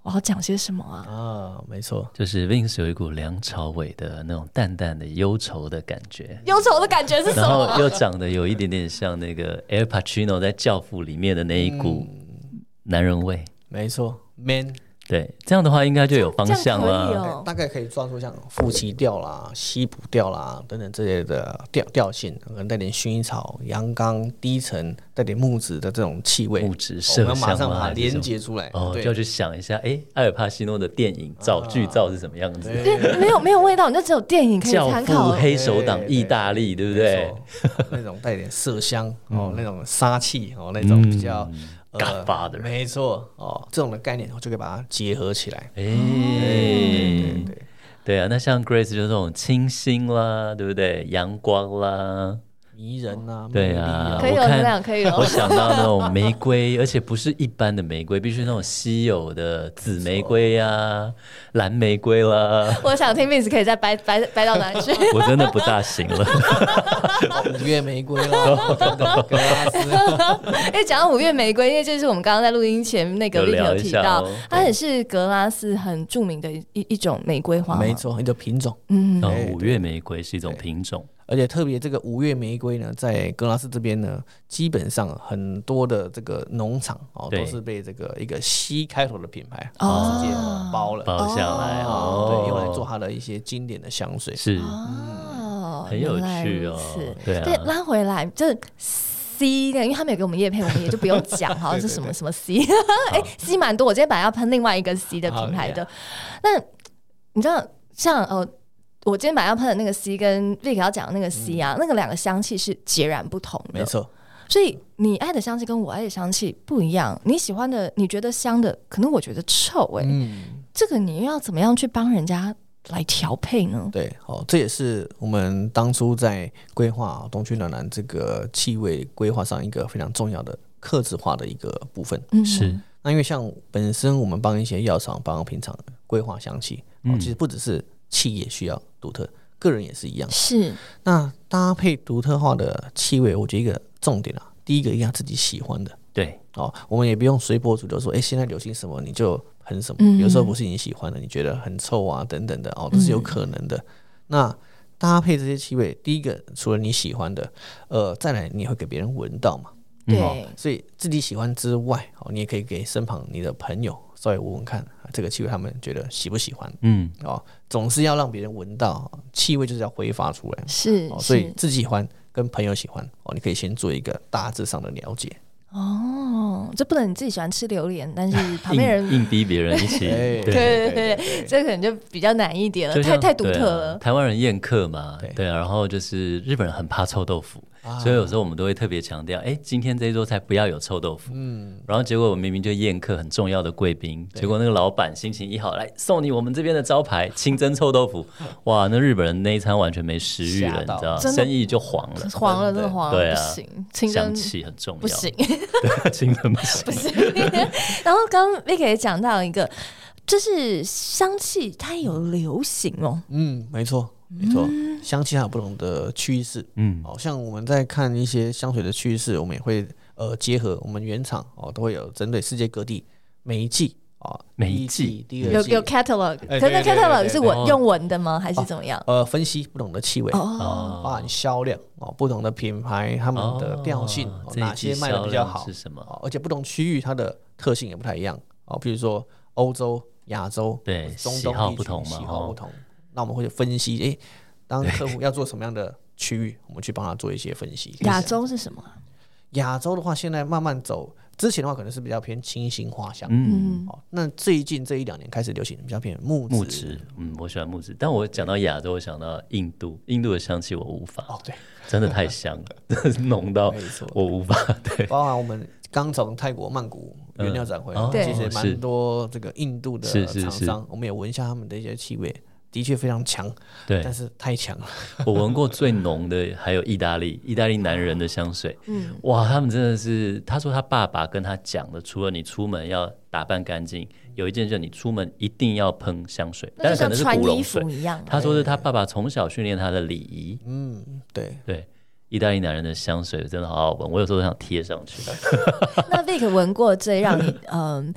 我要讲些什么啊？
啊，没错，
就是 Vince 有一股梁朝伟的那种淡淡的忧愁的感觉。
忧愁的感觉 是什
然
么
后
啊？
又长得有一点点像那个 Al
嗯
Pacino 在《教父》里面的那一股男人味，
没错，man。哎
对，这样的话应该就有方向
这样可以
了。
哦
大概可以抓住像腹鳍调啦、西补调啦等等这些的调调性，可能带点薰衣草、阳刚、低沉，带点木质的这种气
哦
味，哦
物质
我
摄
们要
像
马上把
啊
它
还是什
连
么
接出来。
哦，就
对
要去想一下，哎，艾尔帕西诺的电影造剧照是什么样子？
对
对，没有没有味道，你就只有电影可以
教
参
父、
考。
黑手党、
对对
意大利，对不对？
没错 那种带点麝香哦，那种杀气哦，那种比较呃
Godfather
没错哦，这种的概念我就可以把它结合起来。嗯
哎，对啊，那像 Grace 就是这种清新啦，对不对？阳光啦，
迷人啊，
对
啊
啊，，
可以了
我看
你俩可以了哦
我想到那种玫瑰，而且不是一般的玫瑰，必须那种稀有的紫玫瑰呀、蓝玫瑰啦。
我想听 Miss 可以再掰掰掰到哪里去？
我真的不大行 了，
啊五月玫瑰啦，等等格拉斯，
因为讲到五月玫瑰，因为这是我们刚刚在录音前那个
有
Vicky
聊
有
一
提
下
到
哦，
它也是格拉斯很著名的一一一种玫瑰花嘛。
没错，一个品种。
然
哎
后五月玫瑰是一种品种，
而且特别这个五月玫瑰呢，在格拉斯这边呢，基本上很多的这个农场哦，
对
都是被这个一个 C 开头的品牌
哦
直接包了，
包下来
哦，对，用来做
哦，
它的一些经典的香水。
是
哦，
很有
原来
趣
如
哦
此，
对啊
对，拉回来就是 C 的，因为他们有给我们叶配，我们也就不用 讲，好像是什么什么 C，哎，C 蛮多，我今天本来要喷另外一个 C 的品牌的，那你知道像呃。我今天晚上喷的那个 C 跟 Vic 要讲的那个 C
嗯
啊，那个两个香气是截然不同
没
的，
错，
所以你爱的香气跟我爱的香气不一样。你喜欢的，你觉得香的，可能我觉得臭、哎、
嗯，
这个你又要怎么样去帮人家来调配呢？
对，哦，这也是我们当初在规划啊东区暖男这个气味规划上一个非常重要的克制化的一个部分。
嗯，
是
那因为像本身我们帮一些药厂、帮平常规划香气，哦，
嗯
其实不只是企业需要独特，个人也是一样。
是，
那搭配独特化的气味，我觉得一个重点啊，第一个一定要自己喜欢的
对，
哦，我们也不用随波逐流说，哎、现在流行什么你就喷什么，
嗯
有时候不是你喜欢的，你觉得很臭啊等等的哦，都是有可能的。那搭配这些气味，第一个除了你喜欢的，呃，再来你也会给别人闻到嘛，
嗯
对，
所以自己喜欢之外，哦，你也可以给身旁你的朋友稍微闻闻看、啊这个气味，他们觉得喜不喜欢
嗯，
哦，总是要让别人闻到哦气味，就是要挥发出来。
是，
哦，所以
是
自己喜欢跟朋友喜欢哦，你可以先做一个大致上的了解。
哦，这不能你自己喜欢吃榴莲，但 是旁边
硬
人，
硬逼别人一起，
哎
对。
对对对，这可能就比较难一点了，
就
太
像
太独
对啊
特了。
台湾人宴客嘛，
对
对啊，然后就是日本人很怕臭豆腐，所以有时候我们都会特别强调，哎，今天这一桌菜不要有臭豆腐。嗯，然后结果我明明就宴客很重要的贵宾，结果那个老板心情一好，来送你我们这边的招牌清蒸臭豆腐，哇，那日本人那一餐完全没食欲了，
吓到
你知道，
真的
生意就黄了，
黄了，真的黄
对
了，
啊
不行，清
香
蒸
气很重要，
不行，。
对， 清蒸不行，
然后刚刚 Vicky 也讲到一个，就是香气它也有流行哦，
嗯，没错，没错，香气还有不同的趋势。
嗯，
哦，像我们在看一些香水的趋势，我们也会呃结合我们原厂哦，都会有针对世界各地每一季啊，哦
每一
第
季
季、第
有
二季
有 catalog，可是
哎对
那
对对
catalog
对
是
对
闻
哦
用闻的吗？还是怎么样？
呃分析不同的气味。
哦，
包含销量哦，不同的品牌他们的调性，
哦
哦
这一
哪
季
些卖的比较
销量
好
是什么
哦而且不同区域它的特性也不太一样哦，比如说欧洲、亚洲，
对
或是中
喜
东
好
地
不
区
同嘛
喜好
哦
不同。那我们会分析，诶，当客户要做什么样的区域，我们去帮他做一些分析。
亚洲是什么啊？
亚洲的话，现在慢慢走，之前的话可能是比较偏清新花香，
嗯。
嗯，
哦，那最近这一两年开始流行比较偏木
木
质
质，嗯，我喜欢木质。但我讲到亚洲，我想到印度，印度的香气我无法，
哦，对，
真的太香了， 真的是浓到我无法。 对，
包含我们刚从泰国曼谷原料展回来，
嗯哦
其实也
是
蛮多这个印度的
是是
厂
是
商，我们也闻一下他们的一些气味，的确非常强，
对
但是太强了。
我闻过最浓的还有意大利，意大利男人的香水，
嗯
哇，他们真的是，他说他爸爸跟他讲的，除了你出门要打扮干净，有一件事你出门一定要喷香水，
那
但
就是像
可能是
穿
古
衣
龙水
服。一样啊，
他说是他爸爸从小训练他的礼仪，
嗯，对，
对。意大利男人的香水真的好好闻，我有时候都想贴上去。
那 Vic 闻过最让 你嗯、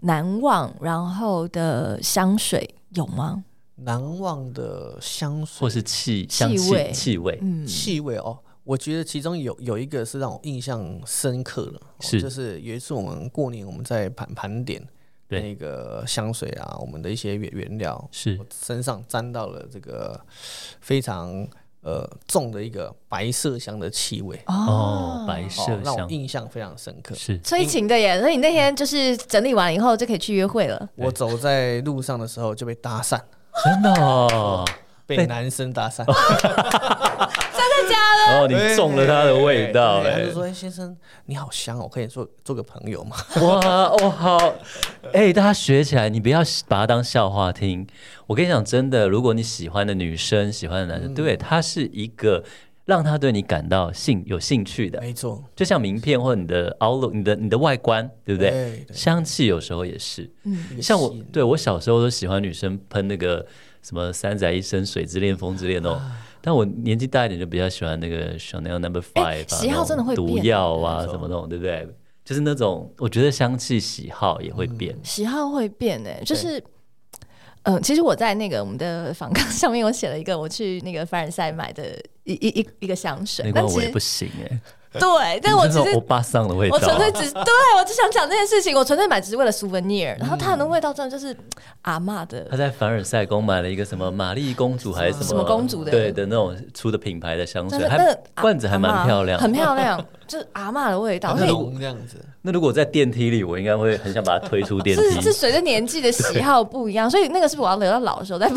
难忘，然后的香水有吗？
难忘的香
或
水
是嗯气香
气味
气气味，
嗯
气味哦。我觉得其中有有一个是让我印象深刻的，哦
是
就是有一次我们过年我们在盘盘点，
对
那个香水啊，我们的一些原原料，
是
我身上沾到了这个非常呃重的一个白麝香的气味，
哦，白麝
让我
香
印象非常深刻。
是
催情的耶，所以你那天就是整理完以后就可以去约会了。
我走在路上的时候就被搭讪，
真的哦，
被男生搭讪，
然后你中了它的味道，
对
哎
他就说：“哎，先生，你好香哦，可以做做个朋友吗
哇，我好，哎、大家学起来，你不要把它当笑话听。我跟你讲，真的，如果你喜欢的女生、喜欢的
嗯
男生，对他是一个让他对你感到兴有兴趣？”的，
没错，
就像名片或者你的 outlook、你的你的外观，对不对？
对对
香气有时候也是，
一个
像我
吸引
对我小时候都喜欢女生喷那个什么三宅一生、水之恋、风之恋哦。
啊
但我年纪大一点就比较喜欢那个 Chanel Number
哎
Five，、啊、
喜好真的会
那种毒
变
药啊什么那种，对不对？就是那种我觉得香气喜好也会变，
喜好会变诶，就是。嗯，其实我在那个我们的访纲上面，我写了一个我去那个凡尔赛买的一一一一个香水
那，
但
关
其
我
实
也不行哎、
对， 但 我
你
其
知道
实
欧巴桑的味道
我
啊，
纯粹只对我只想讲这件事情，我纯粹买只是为了 souvenir，然后它
嗯
的味道真的就是阿嬷的
他在凡尔赛宫买了一个什么玛丽公主还是什么
什么公主的
对的那种出的品牌的香
真
水，
的
还
那个阿
罐子还蛮
阿嬷
漂亮的，
很漂 亮，就是阿嬷的味道。所以
浓这样子，
那如果在电梯里，我应该会很想把它推出电
是是
梯。
随着年纪的喜好不一样，所以那个是不是我要留到老的时候再买？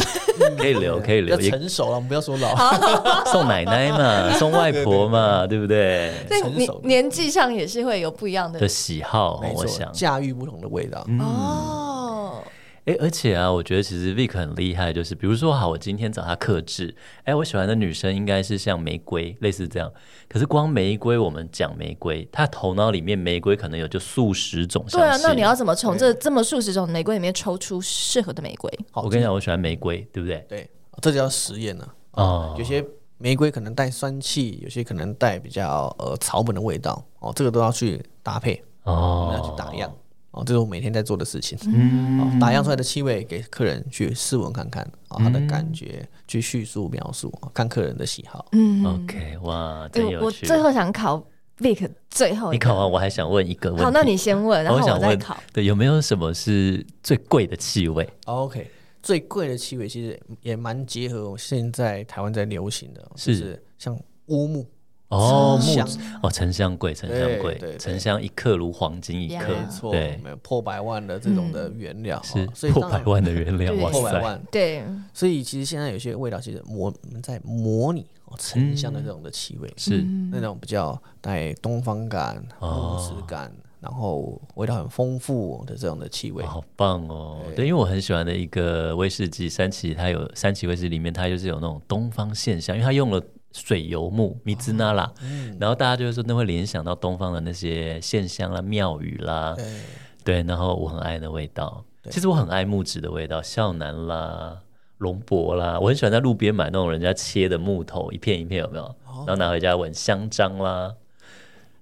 可以留，可以
要
留，也
成熟了，我们不要说老，
送奶奶嘛，送外婆嘛，对不对？
对
成
年
熟的
年纪上也是会有不一样的
的喜好，
没
我
错，
想，嗯
驾驭不同的味道，
哦。
哎，而且啊，我觉得其实 Vic 很厉害，就是比如说，好，我今天找他克制，哎，我喜欢的女生应该是像玫瑰，类似这样。可是光玫瑰，我们讲玫瑰，他头脑里面玫瑰可能有就数十种香
对啊，
气
那你要怎么从这这么数十种玫瑰里面抽出适合的玫瑰？
好
我跟你讲，我喜欢玫瑰，对不对？
对，这就叫实验了。
哦
有些玫瑰可能带酸气，有些可能带比较呃草本的味道哦，这个都要去搭配，我
哦
们要去打样哦，这是我每天在做的事情。
嗯
哦，打样出来的气味给客人去试闻看看啊、他的感觉去叙述描述、哦看客人的喜好。
哦，OK，哇，
对
真，有
哎我
趣。
最后想考 Vic 最后一
你
个
考完，我还想问一个问题。
好，那你先问，然
我
后
想
再
问
考。，
对，有没有什么是最贵的气味？
哦 OK，最贵的气味其实也蛮结合我现在台湾在流行的，
是
就是像乌木
哦，木
香
哦，沉香贵，沉香
对
贵
对，对
沉香一克如黄金一
呀
克
没
没，错，
对，嗯
没有破百万的这种的原料，
是
哦、所以
破
当
百
然
万的原料，
对
哇
破百
塞，
万。
对，
所以其实现在有些味道其实模我们在模拟哦沉香的这种的气味，
嗯是
那种比较带东方感、木
哦
质感，然后味道很丰富的这种的气味
哇。好棒哦！对，因为我很喜欢的一个威士忌三崎，它有三崎威士忌里面它就是有那种东方现象，因为它用了。水游木米兹纳
哦
拉，
嗯
然后大家就会说那会联想到东方的那些现象啦、庙宇啦，
对，
对，然后我很爱的味道。其实我很爱木质的味道，孝南啦、龙柏啦，我很喜欢在路边买那种人家切的木头，一片一片有没有？
哦
然后拿回家闻香樟啦。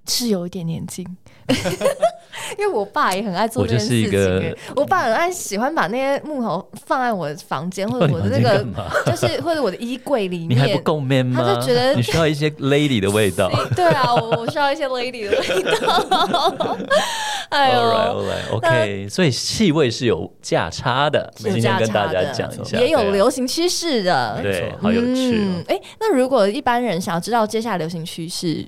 是有一点年轻，因为我爸也很爱做
我
这件
就
事
是一
情
个
欸。我爸很爱喜欢把那些木头放在我的房间，或
放
者
你
我的那
房间
个
干嘛，
就是或者我的衣柜里面。
你还不够 man 吗？
他就觉得
你需要一些 lady 的味 道。
对啊，我我需要一些 lady 的味道。 哎
All right,
呦，
all right, OK。所以气味是有价差的，
是有
今天
价
跟大
差
家
的
讲一下，
也有
对啊啊
流行趋势的。
对
没，错
好有趣哦。
嗯，哎、那如果一般人想要知道接下来流行趋势，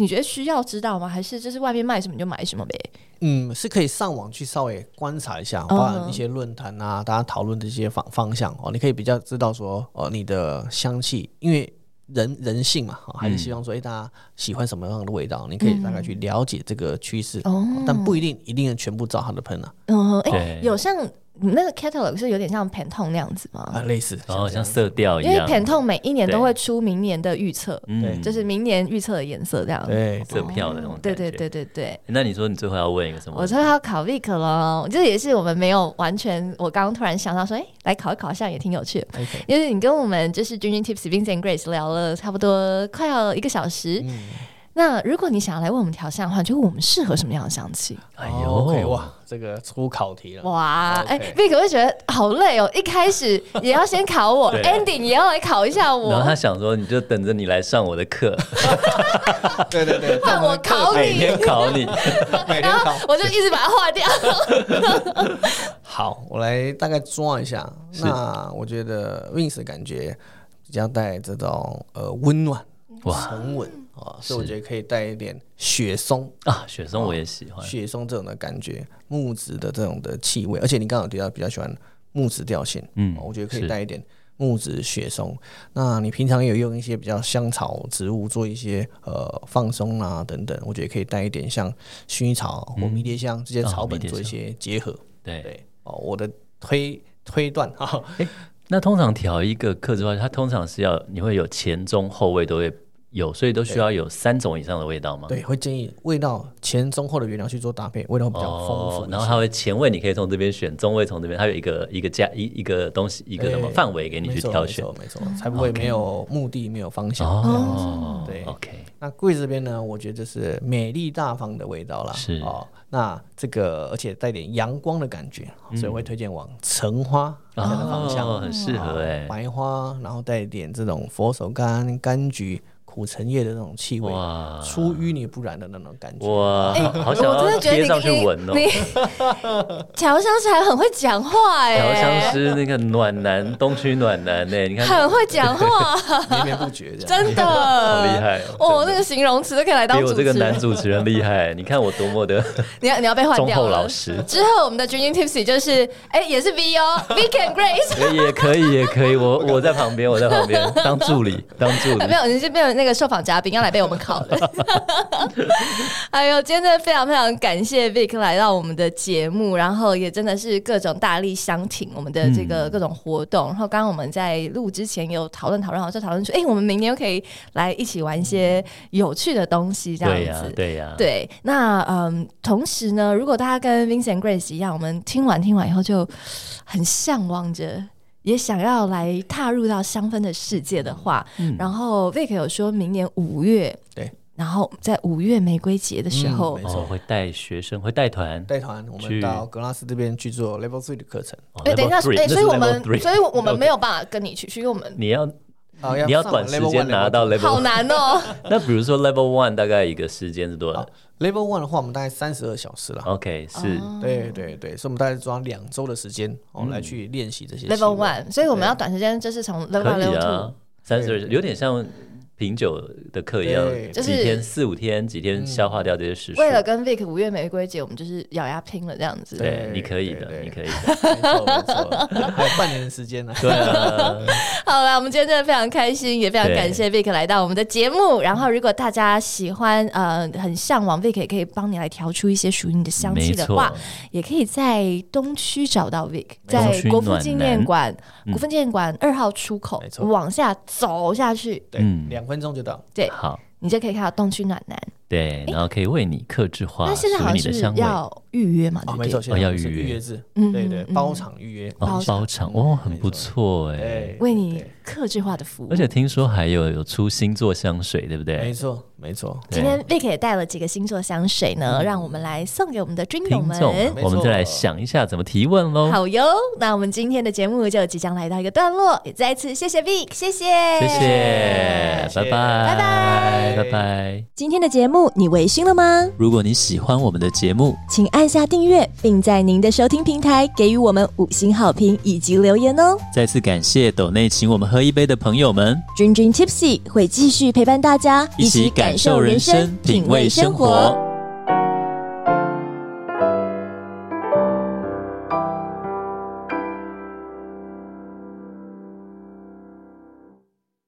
你觉得需要知道吗？还是就是外面卖什么你就买什么呗？
嗯，是可以上网去稍微观察一
嗯
下，包哦含一些论坛啊，大家讨论这些方方向哦，你可以比较知道说，哦，你的香气，因为人人性嘛，哦还是希望说，哎、大家喜欢什么样的味道，你可以大概去了解这个趋势，
哦
但不一定一定全部照它的喷啊，
嗯，哎、
对
有像你那个 catalog 是有点像 Pantone 那样子
啊，
吗？
类似，
然后像色调哦一
因为
样，
Pantone 每一年都会出明年的预测，
嗯，
就是明年预测的颜色这样。
对，对
色票的那种。
对对。对对对，
哎那你说你最后要问一个什么
我
问题？
说要考 Vic 了，这也是我们没有完全，我刚刚突然想到说，哎、来考一考，像也挺有趣的。
OK，
因为你跟我们就是 j u n i Tips Vince and Grace 聊了差不多快要一个小时，
嗯
那如果你想要来为我们调香的话，你觉得我们适合什么样的香气？
哎
哦，OK，哇，这个出考题了。
哇，哎
OK
，Vick 会觉得好累哦，一开始也要先考我
对啊
，ending 也要来考一下
然后
我
他，想说，你就等着你来上我的 课，
对对对，
换 我考
每
你，
天考你。
每天
然
考
后。我就一直把它划掉。
好，我来大概抓一下。那我觉得 Vince 感觉比较带这种呃温暖、
哇
沉稳啊，所以我觉得可以带一点雪松、
啊，雪松我也喜欢，
哦雪松这种的感觉，木质的这种的气味。而且你刚好提到比较喜欢木质调性，
嗯
哦我觉得可以
是
带一点木质雪松。那你平常也有用一些比较香草植物做一些呃放松啊等等，我觉得可以带一点像薰衣草或迷迭香这些
哦
草本
迷迭
做一
香
些结合。
对。
对哦，我的推推断哈，
那通常调一个课之外，它通常是要你会有前中后味都会有，所以都需要有三种以上的味道吗？
对，会建议味道前中后的原料去做搭配，味道会比较丰富
哦
一，些。
然后它会前味你可以从这边选，中味从这边，它有一个一个价一一个东西一个什么
对
范围给你去
没错
挑选
没。错没错，才不会没有目的，没有方向。
哦，
对
，OK，
那贵这边呢，我觉得就是美丽大方的味道啦，
是
哦。那这个而且带点阳光的感觉，哦所以我会推荐往橙花这样的方向，
嗯哦，很适合哎，
白花，然后带一点这种佛手柑、柑橘、苦橙叶的那种气味，
哇
出淤泥不染的那种感觉。
哇，好想
哎我真
要
的觉得
贴上去
你
闻哦。
你调香师还很会讲话哎、
调香师那个暖男，东区暖男呢？你看
很会讲话，
绵绵不绝 这样。
真的，
好
好
厉害
哦
哦！！
那个形容词都可以来当
比
主
我
持
这
人。
个男主持人厉害，你看我多么 的
你要你要被换
忠
掉
厚
了。
老实。
之后我们的 Dream Tipsy 就是，哎、也是 V 哦，Vick and Grace。
也可以，也可 以，我我在旁边，我在旁边当助理，当助理
没。有，你是没有那个受访嘉宾要来被我们考的。哎呦，今天真的非常非常感谢 Vic 来到我们的节目，然后也真的是各种大力相挺我们的这个各种活动。然后刚刚我们在录之前有讨论讨论，好像讨论出，哎、我们明年又可以来一起玩一些有趣的东西， 这样
对
子。
呀、对呀、
对，那嗯，同时呢，如果大家跟 Vincent Grace 一样，我们听完听完以后就很向往着，也想要来踏入到香氛的世界的话，
嗯
然后 Vic 有说明年五月，
对，
然后在五月玫瑰节的时候
嗯没，
哦，会带学生，会带团。
带团，我们
去
到格拉斯这边去做 Level Three 的课程。
哦
哎、等一下
level，three，
哎、
这
所
是
以我
level
们，
three
所以我们没有办法跟你去，因为我们
你要
嗯
啊，
你要
上
短时
Level
间
One
拿到 level
好
one。
难哦、
那比如说 level one 大概一个时间是多
好
少
Level One 的话，我们大概三十二小时了。
？OK，是
哦
对对对，所以我们大概抓两周的时间
嗯
哦，来去练习这些
Level
气味
One，所以我们要短时间就是从 Level One
可
Level
以
Two
啊。三十有点像品酒的课一样
对，嗯
就是
几天四五天，几天消化掉这些时数。
为了跟 Vic 五月玫瑰节，我们就是咬牙拼了这样子。
对，你可以
对
的，
对
你可以的。
没错没错， 还有半年的时间呢。
对啊，
好了，我们今天真的非常开心，也非常
对
感谢 Vic 来到我们的节目。然后，如果大家喜欢，呃，很向往 Vic 也可以帮你来调出一些属于你的香气的话
没错，
也可以在东区找到 Vic，在
东区
国父
暖
纪念
男
馆、国父纪念馆二号出口
没错
往下走下去，
对
嗯，
两分钟就到。
对
好，
你就可以看到东区暖男。
对，然后可以为你克制化
那
属
现在好
于
像
你
是
的
不是
香味。
要预约嘛？对
哦，
不
没
对
错，现在
要
是
预
预
约
约制，
嗯
对对，
嗯
包场预约。
哦，包场哦，很不错哎。
对，
为你
对，
克制化的服务。
而且听说还有有出星座香水，对不
没
对？
错没错，
对
今天 Vic 也带了几个星座香水呢，让我们来送给我们的军友
嗯听
们。
众，
没
我们
错
再来想一下怎么提问喽。
好哟，那我们今天的节目就即将来到一个段落，也再次谢谢 Vic，谢谢，
谢谢，
谢
拜拜，
谢
拜
拜
拜拜。
今天的节目你微醺了吗？
如果你喜欢我们的节目，
请按下订阅，并在您的收听平台给予我们五星好评以及留言哦。
再次感谢斗内请我们喝一杯的朋友们，
君君 Tipsy 会继续陪伴大家，
一起感受人生，品味生活。